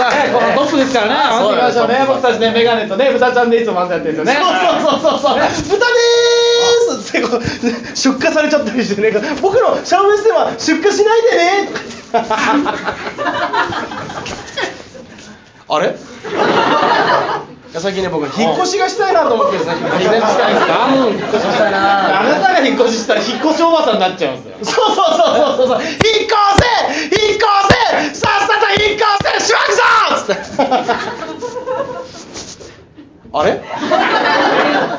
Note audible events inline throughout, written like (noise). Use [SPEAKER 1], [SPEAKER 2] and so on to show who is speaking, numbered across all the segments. [SPEAKER 1] ですからね、頑張っていきましょうね、僕たちね、メガネとね、豚ちゃんでいつも漫才やってるんですよね。
[SPEAKER 2] そうそうそうそう、豚でーすってこう出荷されちゃったりしてね僕のシャウエスでは出荷しないでねあれいや最近ね僕引っ越しがしたいなと思ってるんですね
[SPEAKER 1] 引っ越ししたいですか
[SPEAKER 2] うん引っ越ししたいな
[SPEAKER 1] あなたが引っ越ししたら、引っ越しおばさんになっちゃうんですよ。
[SPEAKER 2] そうそうそうそうそうそう引っ越せ引っ越せさっさと引っ越せしばくぞつってあれ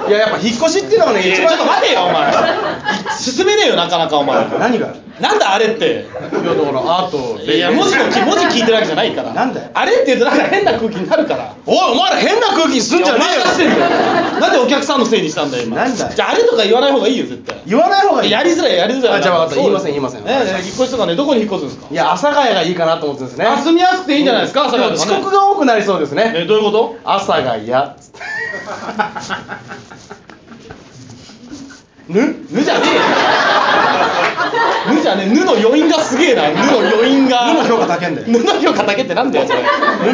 [SPEAKER 2] いややっぱ引っ越しっていうのがね
[SPEAKER 1] いや
[SPEAKER 2] 一
[SPEAKER 1] ちょっ
[SPEAKER 2] 番
[SPEAKER 1] と待てよ、お前。進めねえよ、なかなか、お前。
[SPEAKER 2] 何がい
[SPEAKER 1] なんだあれって。
[SPEAKER 2] やだからアート
[SPEAKER 1] いや、文字のき、文字聞いてるわけじゃないから。
[SPEAKER 2] なんだよ
[SPEAKER 1] あれって言うと、なんか変な空気になるから。
[SPEAKER 2] おいお前ら変な空気にすんじゃ
[SPEAKER 1] お
[SPEAKER 2] ね
[SPEAKER 1] 前がして
[SPEAKER 2] え
[SPEAKER 1] ん
[SPEAKER 2] よ
[SPEAKER 1] だよなんでお客さんのせいにしたんだよ、今。
[SPEAKER 2] なんだよ
[SPEAKER 1] じゃあ、あれとか言わない方がいいよ、絶対。
[SPEAKER 2] 言わない方がいい
[SPEAKER 1] やりづらい、やりづらい。
[SPEAKER 2] あじゃあ分かった言いません言いません
[SPEAKER 1] ねえ、引っ越しとかね、どこに引っ越すんですか
[SPEAKER 2] いや阿佐ヶ谷がいいかなと思ってるんですね
[SPEAKER 1] あ住みやすくていいんじゃないですか、朝か
[SPEAKER 2] で
[SPEAKER 1] ら
[SPEAKER 2] も
[SPEAKER 1] とか
[SPEAKER 2] 遅
[SPEAKER 1] ね
[SPEAKER 2] 刻が多くなりそうですね
[SPEAKER 1] え、どういうこと
[SPEAKER 2] 阿佐ヶ谷つって
[SPEAKER 1] ぬぬじゃねえよぬじゃねえぬの余韻がすげえなぬの余韻が
[SPEAKER 2] ぬの評価高えんだよ
[SPEAKER 1] ぬの評価だけってなんだよそ
[SPEAKER 2] ぬ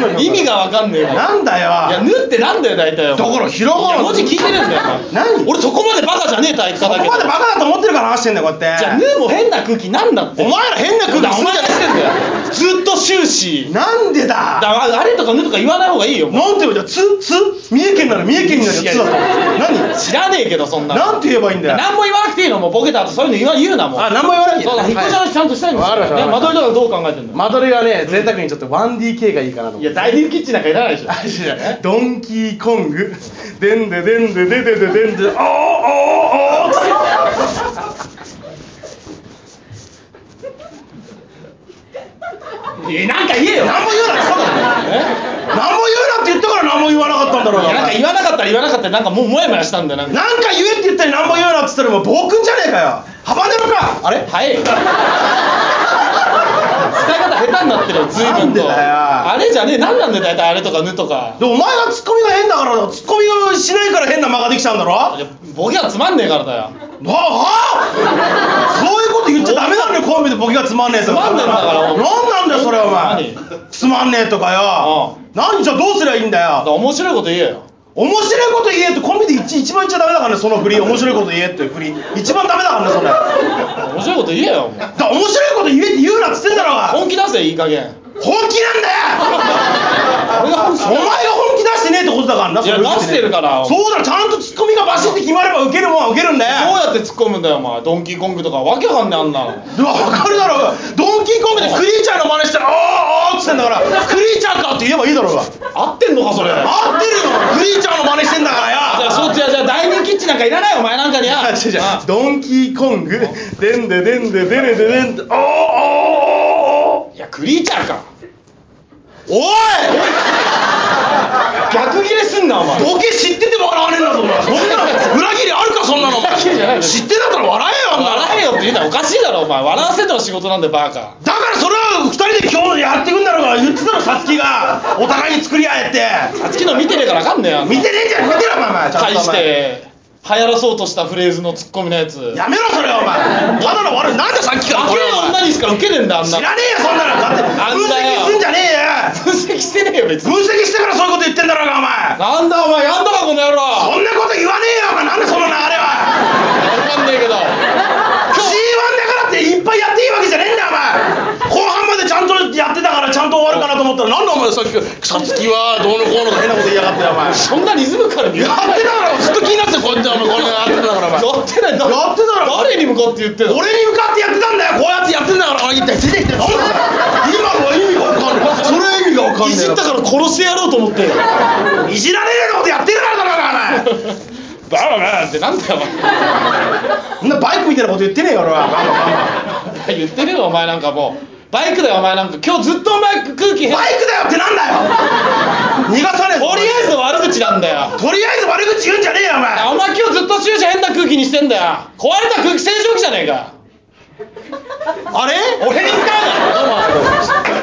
[SPEAKER 2] の評価
[SPEAKER 1] れ意味がわかんねえよ
[SPEAKER 2] なんだよ
[SPEAKER 1] いやぬってなんだよ大体だ
[SPEAKER 2] だからひらがな
[SPEAKER 1] 文字聞いてるんだよお前
[SPEAKER 2] 何
[SPEAKER 1] 俺そこまでバカじゃねえ体育科だ
[SPEAKER 2] こ
[SPEAKER 1] け
[SPEAKER 2] こ
[SPEAKER 1] ど
[SPEAKER 2] までバカだと思ってるから話してんだよこうやって
[SPEAKER 1] じゃあぬも変な空気なんだって
[SPEAKER 2] お前ら変な空気
[SPEAKER 1] だお
[SPEAKER 2] すん
[SPEAKER 1] 前
[SPEAKER 2] じゃ
[SPEAKER 1] が
[SPEAKER 2] ね
[SPEAKER 1] してんだよずっと終始だ
[SPEAKER 2] なんでだ
[SPEAKER 1] あれとかぬとか言わない方がいいよもう
[SPEAKER 2] なんて言えばいいんだよつつ三重県なら三重県になるよつだと何
[SPEAKER 1] 知らねえけどそんなの
[SPEAKER 2] なんて言えばいいんだよ
[SPEAKER 1] 何も言わなくていいのもうボケた後そういうの言わ言うなもう
[SPEAKER 2] あ何も言わなきゃいけ
[SPEAKER 1] そう
[SPEAKER 2] な
[SPEAKER 1] だ
[SPEAKER 2] い
[SPEAKER 1] 引っ越しの話ちゃんとしたいんです
[SPEAKER 2] わかりました
[SPEAKER 1] ね間取りとかどう考えてんだよ
[SPEAKER 2] 間取りはね贅沢にちょっと 1DK がいいかなと思っ
[SPEAKER 1] い
[SPEAKER 2] て
[SPEAKER 1] や、ダイニングキッチンなんかいらないでしょ。
[SPEAKER 2] ドンキーコング、でんででんでででででんで、おーおーおー
[SPEAKER 1] いやなんか言えよ。
[SPEAKER 2] 何も言うな、そうだね。
[SPEAKER 1] え
[SPEAKER 2] 何も言うなって言ったから何も言わなかったんだろう
[SPEAKER 1] い
[SPEAKER 2] が。
[SPEAKER 1] やなんか言わなかったら言わなかったら、なんかもうモヤモヤしたんだよ、なんか。
[SPEAKER 2] なんか言えって言ったり何も言うなって言ったらもう暴君じゃねえかよ。幅ネロか。
[SPEAKER 1] あれ早いよ。使い方下手になってるよ、随
[SPEAKER 2] なん
[SPEAKER 1] 分
[SPEAKER 2] で
[SPEAKER 1] と。
[SPEAKER 2] だよ
[SPEAKER 1] あれじゃねえ、なんなんだよ、大体あれとかぬとか。
[SPEAKER 2] でお前がツッコミが変だからツッコミがしないから変な間ができちゃうんだろ。
[SPEAKER 1] い
[SPEAKER 2] は
[SPEAKER 1] やボケはつまんねえからだよ。
[SPEAKER 2] あはあ。そういうこと言っちゃダメなのよコンビでボケがつまんねえと
[SPEAKER 1] つまんねえんだからお前
[SPEAKER 2] 何なんだよそれお前つまんねえとかよ何じゃあどうすりゃいいんだよ
[SPEAKER 1] だから面白いこと言えよ。
[SPEAKER 2] 面白いこと言えってコンビで一一番言っちゃダメだからねその振り面白いこと言えっていう振り一番ダメだからねそれだ
[SPEAKER 1] 面白いこと言えよ、お前。
[SPEAKER 2] 面白いこと言えって言うなっつってんだろうが
[SPEAKER 1] 本気出せ、いい加減。
[SPEAKER 2] 本気なんだよ
[SPEAKER 1] 俺が本気
[SPEAKER 2] お前が本気出してねえってことだからない
[SPEAKER 1] や
[SPEAKER 2] それ
[SPEAKER 1] 出してるから
[SPEAKER 2] そうだろちゃんとツッコミがバシって決まればウケるもんはウケるんだ
[SPEAKER 1] どうやっ
[SPEAKER 2] よ
[SPEAKER 1] て突っ込むんだよ、お前。ドンキーコングとか、わけわかんねえ、あんなの。
[SPEAKER 2] うわ分かるだろうがドンキーコングでクリーチャーの真似したら「あーあー」っつってんだから「クリーチャーか」って言えばいいだろうが
[SPEAKER 1] 合ってんのか、それ。
[SPEAKER 2] 合ってるよクリーチャーの真似してんだから
[SPEAKER 1] じゃあ、
[SPEAKER 2] よ
[SPEAKER 1] そうじゃあ、じゃあ、ダイニングキッチンなんかいらないよ、お前なんかには。
[SPEAKER 2] 違う違う
[SPEAKER 1] あ
[SPEAKER 2] ドンキーコングでんででんででれででんでおーおーおーおー
[SPEAKER 1] いや、クリーチャーか。
[SPEAKER 2] おい
[SPEAKER 1] 逆切れすんな、お前。
[SPEAKER 2] ボケ知ってても笑わねえんだぞお前そんな裏切りあるかそんなのお前
[SPEAKER 1] 裏切りじゃないです
[SPEAKER 2] 知ってんだったら笑えよあんなの
[SPEAKER 1] 笑えよって言うのはおかしいだろ、お前。笑わせての仕事なんだよ、バカ。
[SPEAKER 2] だからそれは二人で今日やってくんだろうが言ってたろさつきがお互いに作り合えって
[SPEAKER 1] さつきの見てねえからわかんねえよ、あんな
[SPEAKER 2] 見てねえじゃん見てろお前お前ちゃんとお前
[SPEAKER 1] 返して、流行らそうとしたフレーズのツッコミのやつ。
[SPEAKER 2] やめろそれお前ただの悪いなんでさっきから
[SPEAKER 1] 若
[SPEAKER 2] これ
[SPEAKER 1] え
[SPEAKER 2] お前
[SPEAKER 1] 女にしかウケねえんだ、あんな
[SPEAKER 2] 知。らねえよそんなのだって
[SPEAKER 1] あん
[SPEAKER 2] 分
[SPEAKER 1] だよ
[SPEAKER 2] 析すんじゃねえよ
[SPEAKER 1] 分析してねえよ、別に。
[SPEAKER 2] 分析してからそういうこと言ってんだろうがお前
[SPEAKER 1] なんだ、お前、やんだか、この野郎。
[SPEAKER 2] そんなこと言わねえよお前なんでその流れは
[SPEAKER 1] わかんねえけど。
[SPEAKER 2] G1 だからっていっぱいやっていいわけじゃねえんだよお前後半までちゃんとやってたからちゃんと終わるかなと思ったらなんだお前さっきさつきはどうのこうのと変なこと言いやがってよお前や
[SPEAKER 1] そんなリズムから見や
[SPEAKER 2] ってたからずっと気になってこうやってお前これやってたからお前
[SPEAKER 1] やってないだろ
[SPEAKER 2] やってたろ
[SPEAKER 1] 誰に向かって言ってんの
[SPEAKER 2] (laughs) 俺に向かってやってたんだよこうやってやってんだからお前一体出てきてなんだよ今のは意味がわかんないそれは意味がわかんない
[SPEAKER 1] いじったから殺してやろうと思って。
[SPEAKER 2] いじられるようなことやってるからだろお前
[SPEAKER 1] バカなってなんだよ、お前。
[SPEAKER 2] そんなバイクみたいなこと言ってねえよ俺はバンバンバンバン
[SPEAKER 1] 言ってるよお前なんかもうバイクだよお前なんか今日ずっとお前空気変
[SPEAKER 2] バイクだよってなんだよ逃がさねえぞ
[SPEAKER 1] とりあえず悪口なんだよ
[SPEAKER 2] とりあえず悪口言うんじゃねえよお前
[SPEAKER 1] お前今日ずっと終始変な空気にしてんだよ壊れた空気清浄機じゃねえか
[SPEAKER 2] あれ
[SPEAKER 1] 俺に使うなよ